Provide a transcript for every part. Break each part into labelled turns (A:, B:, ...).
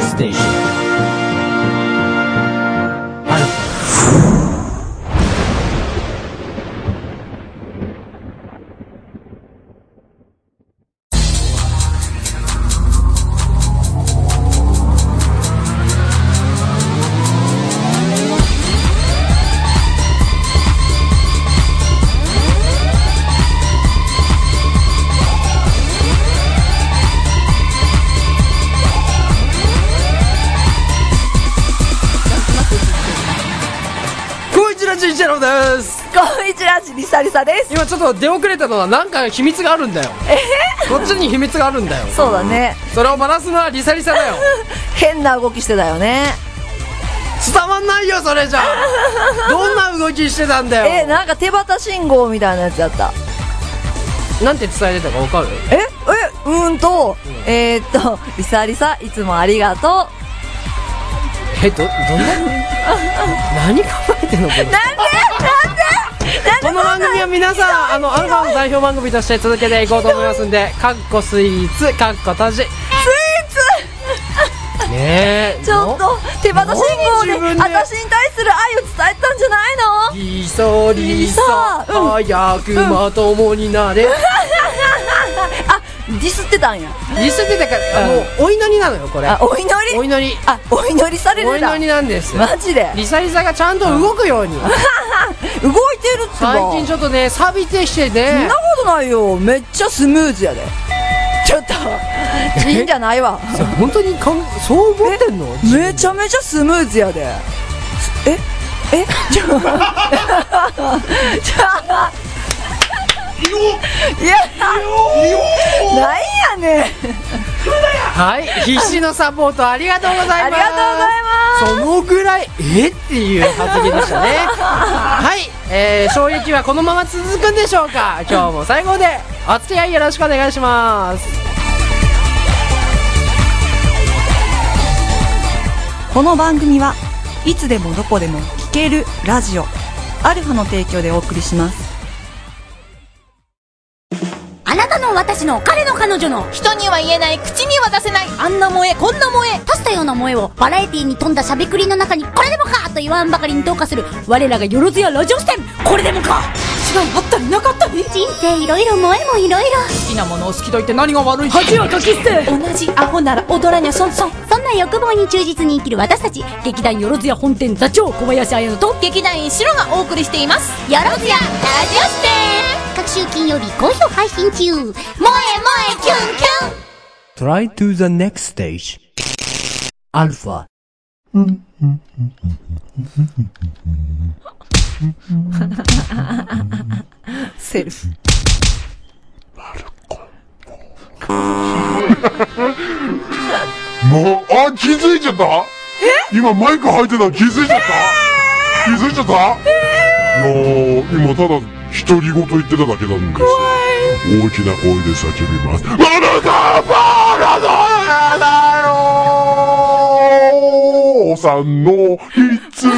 A: ステーション
B: こいちらちいちゃろです
C: こんにちは、リサリサです。
B: 今ちょっと出遅れたのはなんか秘密があるんだよこっちに秘密があるんだよ
C: そうだね。
B: それをバラすのはリサリサだよ
C: 変な動きしてたよね。
B: 伝わんないよそれじゃどんな動きしてたんだ
C: え、
B: よ
C: なんか手旗信号みたいなやつだった。
B: なんて伝えてたかわかる
C: え、え、うーんと、えー、っと、リサリサ、いつもありがと
B: えどどんな何考えてんのこれこの番組は皆さんあのアンカーの代表番組として続けていこうと思いますんで「かっこスイーツ」「かっこ閉じ」スイーツねえ
C: う。ちょっと、手旗信
B: もう
C: 号
B: 自分
C: で、
B: で
C: 私に対する愛を伝えたんじゃないの
B: リソリサ
C: リソ
B: 早くまともになれ、
C: あ、ディスってたんや。
B: リスってたからもうお祈りなのよこれ
C: あ、お祈
B: お
C: り
B: 祈り
C: あ、お祈りされ
B: お
C: てた
B: 祈り。なんです
C: マジで
B: リサリサがちゃんと動くように
C: 動いてるっつ
B: 最近
C: も
B: ちょっとね錆びてきて
C: そん
B: ね
C: なことないよ。めっちゃスムーズやで。ちょっと、いいんじゃないわ。
B: そう本当にかんそう思ってんの
C: めちゃめちゃスムーズやでええちょちょいやなんやねん
B: はい必死のサポートありがとうござ
C: あり
B: います
C: がとうございます
B: そのぐらいえっていう発言 でしたねはい、えー、衝撃はこのまま続くんでしょうか今日も最後までお付き合いよろしくお願いします
D: この番組はいつでもどこでも聞けるラジオアルファの提供でお送りします
E: あなたの私の彼の彼女の人には言えない口には出せないあんな萌えこんな萌え足したような萌えをバラエティに富んだしゃべくりの中にこれでもかと言わんばかりに投下する我らがよろずやラジオ視点これでもか違いあったりなかったり人生いろいろ萌えもいろいろ
B: 好きなものを好きと言って何が悪い恥をかき捨て
E: 同じアホなら踊らにゃそんそんそんな欲望に忠実に生きる私たち劇団よろずや本店座長小林彩乃と劇団員白がお送りしていますよろずやラジオ視点各週金曜日好評配信中萌え萌えキュンキュン
A: Try to the next stage アルファ
C: セルフ
F: もう、あ、気づいちゃった今マイク入ってたの気づいちゃった、気づいちゃった、いやー、今ただ、独り言言ってただけなんですよ。大きな声で叫びます。マルカバーラだよーおさんのひ つ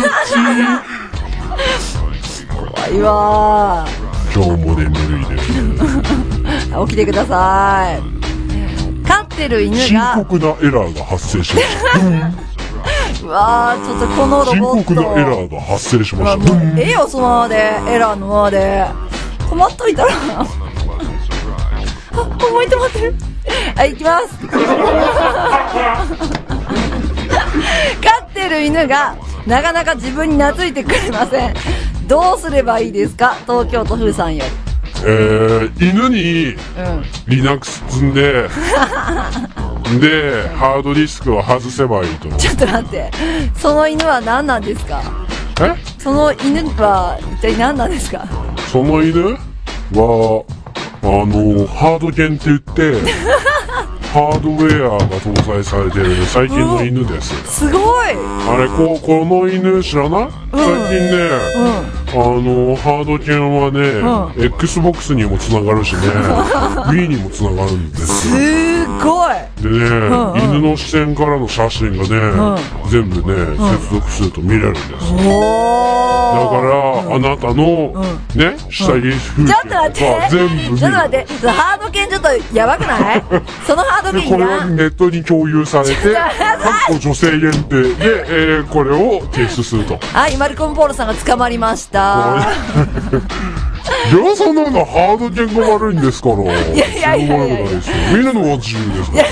C: 怖いわ
F: ち。今日も眠いですね。
C: ー起きてください飼ってる犬
F: 深
C: が
F: 刻なエラーが発生しました。
C: うわーちょっとこ のロ
F: 深
C: ボット
F: 刻なエラーが発生しま
C: うわ
F: し
C: も
F: た。
C: うええよそのままでエラーのままで困っといたらあ思い止まってるはい行きます飼ってる犬がなかなか自分に懐いてくれませんどうすればいいですか東京都風さんよ
F: えー、犬に、
C: りうん
F: リナックス積んで、で、ハードディスクを外せばいいと。
C: ちょっと待ってその犬は何なんですか
F: え
C: その犬は一体何なんですか
F: その犬は、あの、ハード犬って言って、 ハードウェアが搭載されてる最近の犬です。
C: すごい
F: あれ、ここの犬知らない、最近ね、
C: う
F: あのハード犬はね、XBOX にもつなが るしね Wii にもつながるんですよ
C: すごい
F: でね、犬の視点からの写真がね、全部ね、接続すると見れるんですよだから、あなたの、ね、下着
C: ちょ
F: 風
C: っと待っ
F: 景とか
C: て
F: 全部見る
C: ちょっと待ってそのハード犬ちょっとやばく ないそのハード
F: で、
C: 犬
F: こ
C: い
F: れは
C: らん
F: ネットに共有されて、かっこ女性限定で、えーこれを提出すると。
C: はいマルコム・ポーロさんが捕まりました
F: いや、そんなのハード犬が悪いんですから。い
C: やいやいやいや
F: ないですよ。みんなのは自由ですから。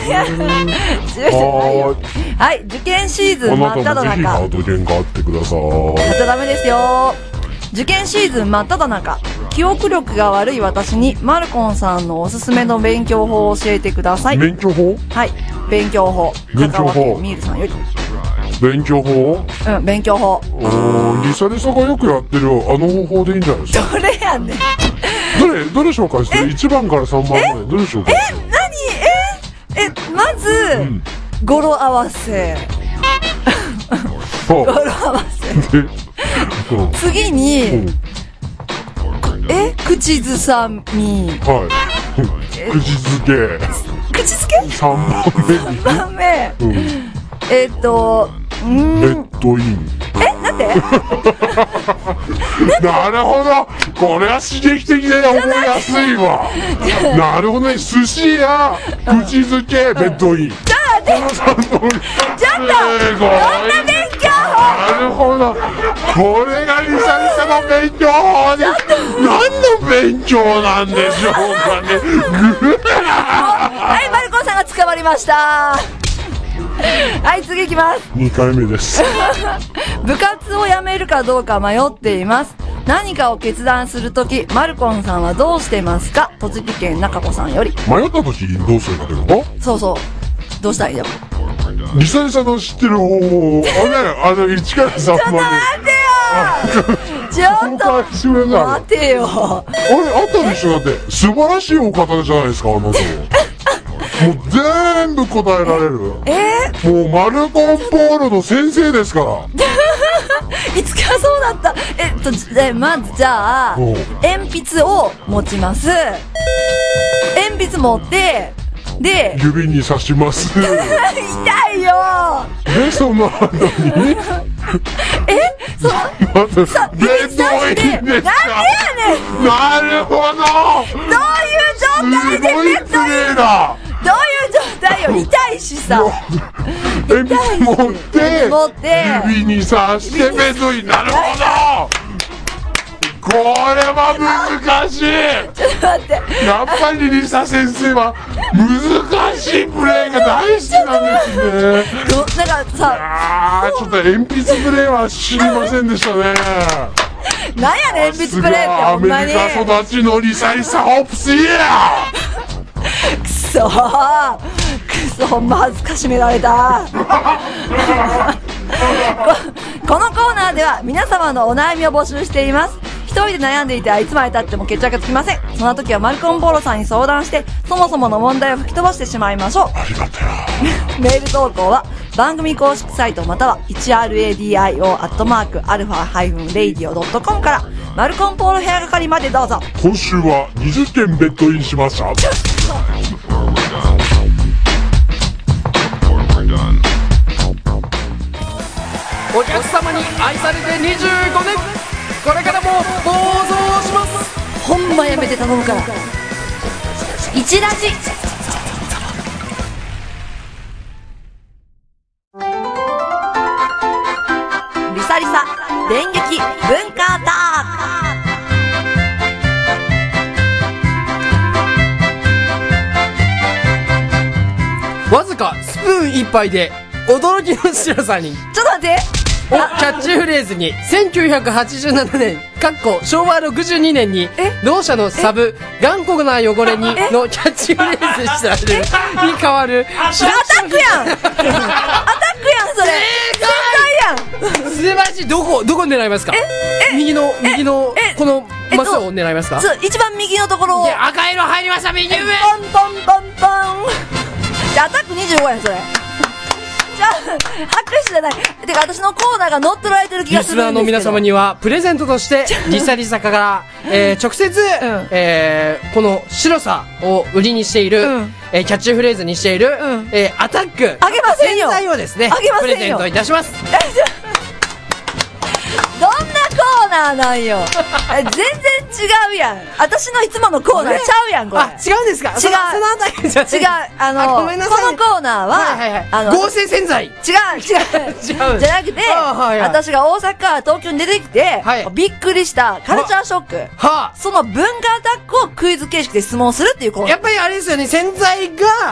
F: はーい。
C: はい受験シーズ
F: あ
C: ン真っ
F: な
C: 只
F: たもぜひハ
C: 中
F: ード犬があってください。
C: やっちゃダメですよ受験シーズン真っ只中記憶力が悪い私にマルコンさんのおすすめの勉強法を教えてください
F: 免許法
C: はい勉強法
F: 勉強
C: 香
F: 法
C: 川県ミールさんより
F: 勉強法
C: うん勉強法
F: おー、リサリサがよくやってるあの方法でいいんじゃないですか。
C: どれやねん
F: どれ、どれ紹介して ?1 番から3番まで。どれ紹介して
C: 何ええまず、語呂合わせ
F: そう。
C: 語呂合わせ
F: でそう
C: 次に、
F: うん
C: え口ずさみ
F: はい。くじ付け。
C: 口づけ
F: 3番
C: ダメ
F: 目に。うん
C: えっ、とう
F: レ
C: ーん
F: ッドイン。 え、なんでなるほどこれは刺激的で覚えやすいわなるほどね、寿司や、口づけ、ベッドイン。ちょっとちょっとすごい
C: 勉強法
F: なるほどこれがリサリサの勉強法です何の勉強なんでしょうかねぐ
C: はいマルコさんが捕まりましたはい次いきます
F: 2回目です
C: 部活を辞めるかどうか迷っています何かを決断するときマルコンさんはどうしてますか栃木県中子さんより
F: 迷った時どうするかってこと
C: そうそうどうしたらいいの
F: リサリサの知ってる方法を、あれ、あの、1から3まで。
C: ちょっ
F: 公
C: と
F: 開してくださ
C: 待
F: い。
C: てよ
F: あれ、あったでしょだって、素晴らしいお方じゃないですか、あの人。もう全部答えられる。もう、マルコンポーロの先生ですから。
C: いつかそうだった。えっと、じえまずじゃあ
F: おう、
C: 鉛筆を持ちます。鉛筆持って、で、
F: 指に刺します。
C: 痛いよ
F: で、そ の後に。えそまず、レッドインですかなるほ
C: どう
F: ど
C: いう状態
F: す
C: で
F: ごいプレーだ
C: どういう状態よ痛いしさ。
F: 鉛筆持って
C: 持って
F: 指に刺してベトになるほどこれは難しい
C: ちょっと待って。
F: やっぱりリサ先生は難しいプレーが大好きなんですね
C: どなんかさ、
F: あーちょっと鉛筆プレーは知りませんでしたね
C: なんやねん、鉛筆
F: すご
C: プ
F: い
C: レーって、
F: ア
C: ほん
F: メ
C: まに。
F: リカ育ちのリサリサホップスイヤー
C: くそーくそほんま恥ずかしめられたここのコーナーでは皆様のお悩みを募集しています一人で悩んでいてはいつまでたっても決着がつきませんそんな時はマルコンボロさんに相談してそもそもの問題を吹き飛ばしてしまいましょう
F: ありがとう
C: メール投稿は番組公式サイトまたは 1radio.α-radio.com からマルコンポール部屋係までどうぞ
F: 今週は20件ベッドインしました
B: お客様に愛されて25年これからも暴走します
C: ほんまやめて頼むから
E: 一ラジ
C: リサリサ電撃文化アタ
B: わずかスプーン一杯で驚きの白さに
C: ちょっと待って
B: をキャッチフレーズに1987年かっこ昭和62年に
C: え
B: 同社のサブ「頑固な汚れに
C: え」
B: のキャッチフレーズしたに変わる
C: アタックやんアタックやんそれ正解やん
B: 素晴らしいどこどこ狙いますか右の右の
C: え
B: この
C: えっ
B: マ
C: と
B: スを狙いますか
C: そう一番右のところを
B: で赤色入りました右上
C: ポンポンポンポンじゃあアタック25やんそれじゃあ拍手じゃない。てか、私のコーナーが乗っ取られてる気が
B: リ
C: す
B: ス
C: るんですけ
B: ナー
C: ど。
B: の皆様には、プレゼント として、リサリサから、えー直接、えーこの白さを売りにしている、
D: うん
B: えーキャッチフレーズにしている、えーアタック、
C: あげませんよ
B: 洗剤をですね
C: あげま、せ
B: プ
C: んよ
B: レゼントいたします。
C: どんなコーナーなん よ。え全然違うやん。私のいつものコーナーちゃうやん、これ。
B: あ、違うんですか
C: 違う
B: そのそのあたりじゃ
C: 違う。あの、
B: ごめんなさい
C: このコーナーは、
B: はいはい
C: あの、
B: はい。合成洗剤。
C: 違う、違う。
B: 違う
C: じゃなくて、
B: あはいはい
C: 私が大阪から東京に出てきて、
B: はい
C: びっくりしたカルチャーショック。
B: は
C: その文化アタックをクイズ形式で質問するっていうコー
B: あ。
C: ナ
B: や
C: ー
B: っ。ぱりあれですよね、洗剤
C: う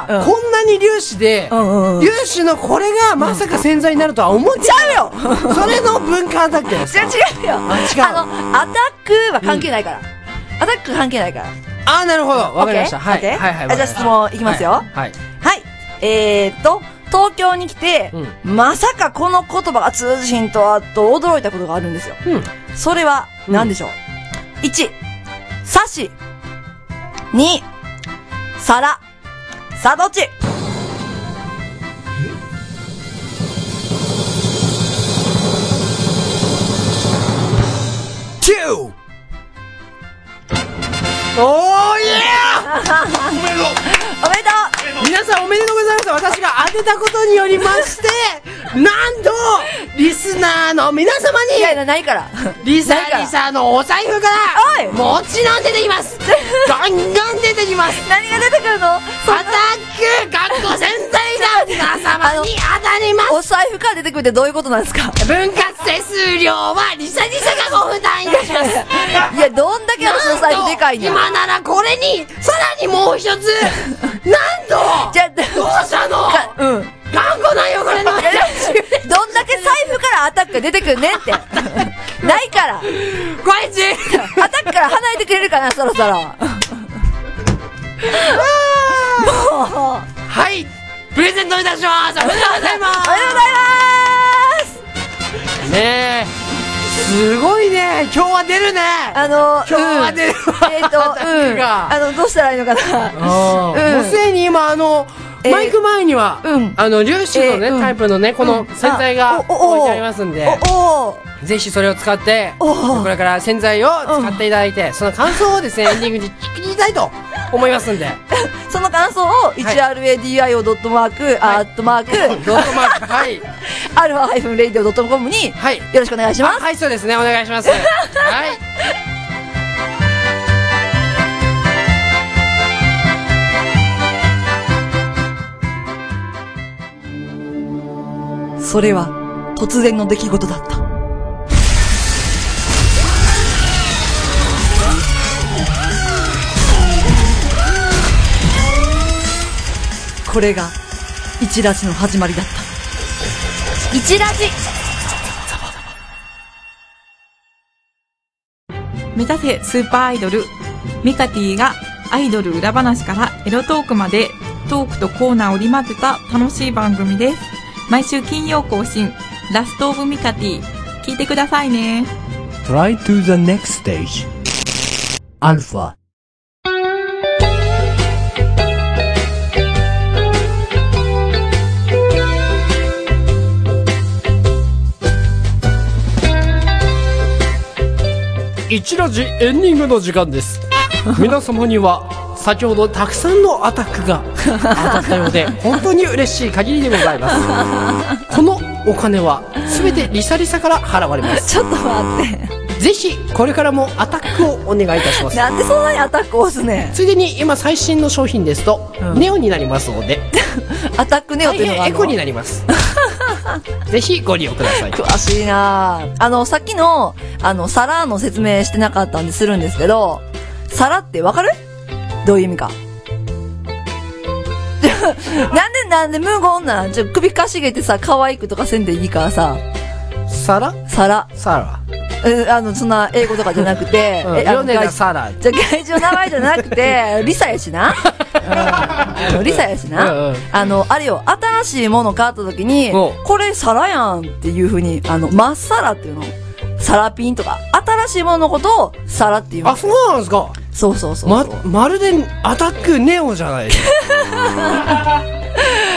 B: が、
C: ん
B: こんなに粒子で、
C: んうんうん
B: 粒子のこれがまさか洗剤になるとは思っち
C: ちゃ うよ
B: ゃう。それの文化アタックです
C: 違。う違うよあ
B: 違う
C: の、アタックは関係ないから。アタック関係ないから。
B: あー、なるほど。わかりました。
C: オッ
B: はい。
C: ケー
B: はいはい。
C: オッケーあじゃあ質問いきますよ
B: はいはい。
C: はい。えーっと、東京に来て、まさかこの言葉が通じひんとは、と驚いたことがあるんですよ。
B: うん
C: それは、何でしょう、?1、サシ。2、皿。さあ、どっち
B: キューおーいや
C: おめでと
B: 皆さんおめでとうございます私が当てたことによりまして、なんと、リスナーの皆様
C: ういやい
B: に、
C: や、ないから。
B: リサ
C: ないから
B: リサのお財布か
C: おい
B: ら、もちろん出てきますガンガン出てきます
C: 何が出てくるの
B: アタック学校全体が皆様に当たりま
C: お財布から出てくるってどういうことなんですか
B: す分割手数料はリサリサがご負担いたします
C: いや、どんだけ私の財布でかいんや。
B: 今ならこれにさらにもう一つなんと
C: じゃあ、ど
B: どうしたの
C: かうん。
B: 頑固なんよこれ の
C: いやどんだけ財布からアタックが出てくんねん って。ないから。
B: こいち
C: アタックから離れてくれるかな、そろそろ。もう、あ
B: はいプレゼントいたしますおめでとうござ
C: りがとうござい
B: いま
C: ます
B: すねえすごいね今日は出るね
C: あの、
B: 今日は
C: うん
B: 出るわ
C: えっ、と、
B: アタ
C: う
B: ック
C: ん。
B: が
C: あの、どうしたらいいのかな。
B: うんもうすでに今あの
C: えー
B: マイク前には、
C: うん
B: あの粒子のね、
C: えーうん
B: タイプのねこの洗剤が
C: あおおお
B: 置いてありますんで、
C: おお
B: ぜひそれを使って、
C: おー
B: これから洗剤を使っていただいて、その感想をですね、 エンディングに聞きたいと思いますんで。
C: その感想を、1RADIO.mark、アットマーク、
B: ドットマーク、はい。
C: アルファ -radio.com に、
B: はい
C: よろしくお願いし
B: あ
C: ます。
B: はい、そうですね、お願い します。はい。
D: それは突然の出来事だった。これが一ラジの始まりだった。
E: 一ラジ
G: 目指せスーパーアイドルミカティがアイドル裏話からエロトークまでトークとコーナーを織り交ぜた楽しい番組です毎週金曜更新ラストオブミカティ聞いてくださいね
A: Try to the next stage. Alpha.
B: 一ラジエンディングの時間 です。皆様には、先ほどたくさんのアタックが当たったよう で、本当に嬉しい限りでござい ます。このお金は、すべてリサリサから払われます。
C: ちょっと待って。
B: ぜひ、これからもアタックをお願いいたします。
C: なんでそんなにアタック押すねん。
B: ついでに今最新の商品ですと、ネオになりますので
C: アタックネオっていうのがあ
B: エ
C: る
B: コ
C: の
B: になりますぜひご利用ください
C: 詳しいなぁあの、さっきの、あの、皿の説明してなかったんでするんですけど、皿ってわかるどういう意味か。 なんでなんで無言なんちょ、首かしげてさ、可愛くとかせんでいいからさ、
B: サラ
C: 皿。
B: サ
C: え、あの、そんな英語とかじゃなくて、
B: ラ、うん、
C: え、あの
B: ヨネダ
C: 外
B: サラ
C: じゃ、外人の名前じゃなく て、リサやしな。うんリサやし
B: うんう。
C: なんあの、あれよ、新しいもの買った時に
B: お、
C: これ皿やんっていう風に、あの、まっさらっていうの。皿ピンとか、新しいもののことを皿っていうの
B: あ。そうなんですか
C: そうそうそうそう。
B: ままるでアタックネオじゃないです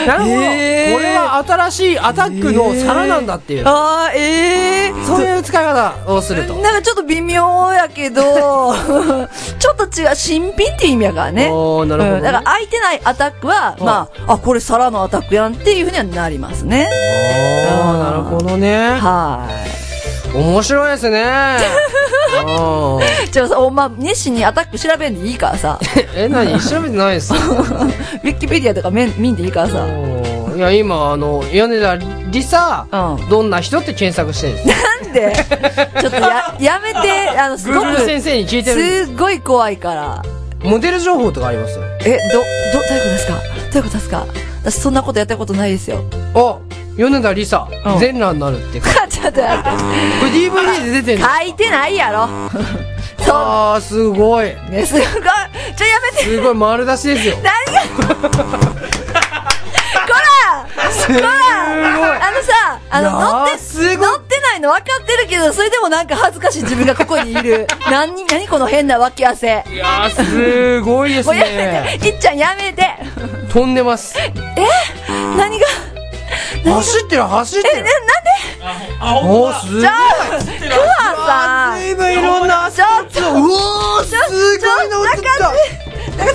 B: なるほど、
D: えー
B: これは新しいアタックの皿なんだっていう、
D: あーええ
B: そういう使い方をすると、
C: なんかちょっと微妙やけど、 ちょっと違う、新品っていう意味やからね。
B: おーなるほどね
C: うんだから空いてないアタックは、まあ、あ、これ皿のアタックやんっていうふうにはなりますね。
B: あーなるほどね
C: は
B: 面白いで すねあ
C: ーい。じゃあさ、おまあ、熱心にアタック調べんでいいから さ、
B: ーえ何調べてないです
C: ウィキペディアとかめん見んでいいからさ。
B: うんいや今あの米田リサ、
C: う
B: どんな人って検索してるんで
C: な
B: す
C: んで、ちょっと や、やめて、あの、す
B: グー
C: ご
B: グル先
C: く、
B: 生に聞いてる
C: すっごい怖いから。
B: モデル情報とかありますよ
C: え、ど、ど、どういうことですかどういうことですか私そんなことやったことないですよ。
B: あ米田リサ、
C: うん
B: 全裸になるってこ
C: ちょっと待って。
B: れ DVD で出てる
C: 書いてないやろ。そ。
B: あーすごいう
C: ね、すごい。ちょ、やめて。
B: すごい丸出しですよ
C: こら
B: すごい
C: あのさ、あ
B: い
C: の、
B: やー
C: 乗って、
B: すごい
C: 乗ってないの分かってるけど、それでもなんか恥ずかしい自分がここにいる。何、何この変な脇汗。
B: いやーすごいです
C: もうや
B: ね
C: め て。いっちゃんやめて。
B: 飛んでます
C: 何が、
B: 走ってる走ってるえなんでおーすごい
C: クワ
B: 随分いろんな
C: さん。ちょっと、
B: うおーすごいの映った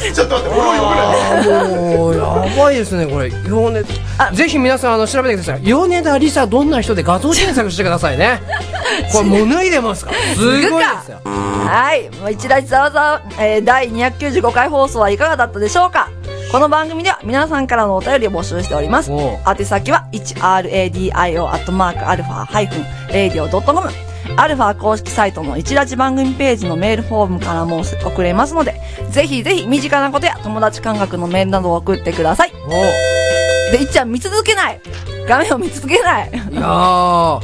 F: ちょっと待って、おもろいおもろい。
B: もうやばいですねこれヨネぜひ皆さんあの調べてください米田リサどんな人で画像検索してくださ いねこれもう脱いでますからすごいですよ
C: はい。もう一大ざわざわ、えー、第295回放送はいかがだったでしょうかこの番組では皆さんからのお便りを募集しております。
B: おう
C: 宛先は 1radio.alpha-radio.com アルファ公式サイトの一ラジ番組ページのメールフォームからも送れますので、ぜひぜひ身近なことや友達感覚のメールなどを送ってください。
B: おう
C: で、いっちゃん見続けない画面を見続けない
B: いやー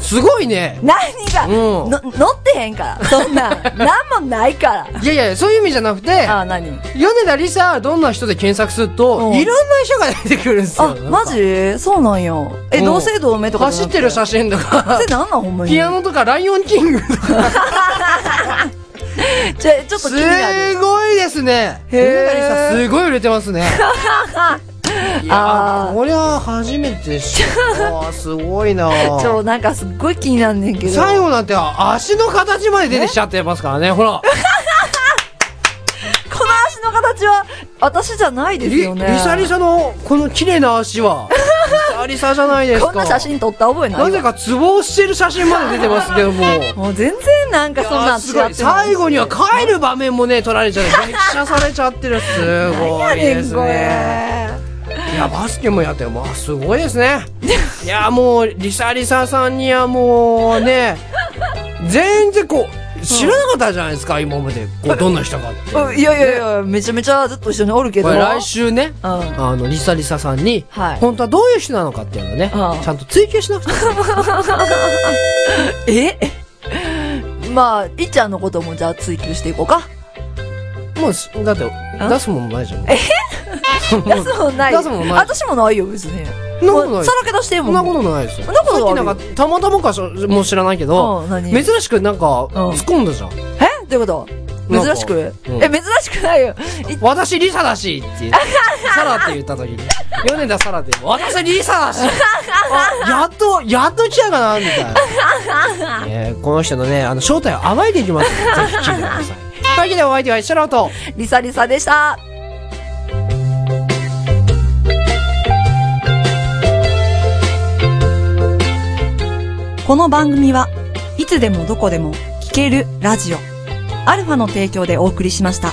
B: すごいね
C: 何が、
B: うん
C: の乗ってへんから、そん なん。なんもないから。
B: いやいやそういう意味じゃなくて
C: ああ、何
B: 米田リサどんな人で検索すると
C: うん
B: いろんな人が出てくるんですよ
C: あ、マジそうなんや。え、
B: うん
C: 同姓同名とかじ
B: 走
C: ゃ
B: っ
C: なくて。
B: てる写真 とか
C: ってなんなんほんまに。
B: ピアノとかライオンキングとか
C: ちょ、ちょっと気
B: す
C: になる。
B: ごいですね
C: へー
B: 米田リサすごい売れてます ねいや
C: あ
B: ー
C: ー
B: こりゃ初めて知ったわすごいな
C: ちょ、なんかすっごい気になんねんけど。
B: 最後なんて足の形まで出てきちゃってますからねほら
C: この足の形は、私じゃないです
B: リ
C: よ
B: リ
C: ね。
B: サリサのこの綺麗な足はリサリサじゃないですか
C: こんな写真撮った覚えないわ
B: なぜかツボをしてる写真まで出てますけども
C: もう全然なんかそんなん
B: あすご
C: 違
B: い
C: ってない
B: 最後には帰る場面もね撮られちゃって激写されちゃってるすごいですねいやバスケもやってるまあすごいです ねいやもうリサリサさんにはもうね全然こう知らなかったじゃないですか、今までこうどんな人かって
C: うんいやいやいや、めちゃめちゃずっと一緒におるけど。
B: これ来週ね、
C: うん
B: あのリサリサさんに、
C: はい
B: 本当はどういう人なのかっていうのをね、
C: うん
B: ちゃんと追求しなくて
C: え まあ、いっちゃんのこともじゃあ追求していこうか。
B: もうしだって出すもんないじゃん
C: 出すもんない。
B: 出すもんない
C: 私もないよ、別に。
B: そんなことない
C: さらけ出してん
B: そ
C: も
B: ん
C: ん。
B: なことないですよ
C: そんなこと
B: さっき
C: あ
B: な
C: る
B: んかたまたまかしもう知らないけど、
C: うん何
B: 珍しくなんか突っ込んだじゃん、
C: えどういうこと
B: なんか
C: 珍しく、
B: うん
C: え、珍しくないよ。い
B: 私リサだしって言ってサラって言った時に米田サラで私リサだしあやっとやっと来たかなみたいな、ねえこの人のねあの正体を暴いていきますぜひ聞いてくださいというわけでお相手は一緒のと
C: リサリサでした。
D: この番組はいつでもどこでも聞けるラジオアルファの提供でお送りしました。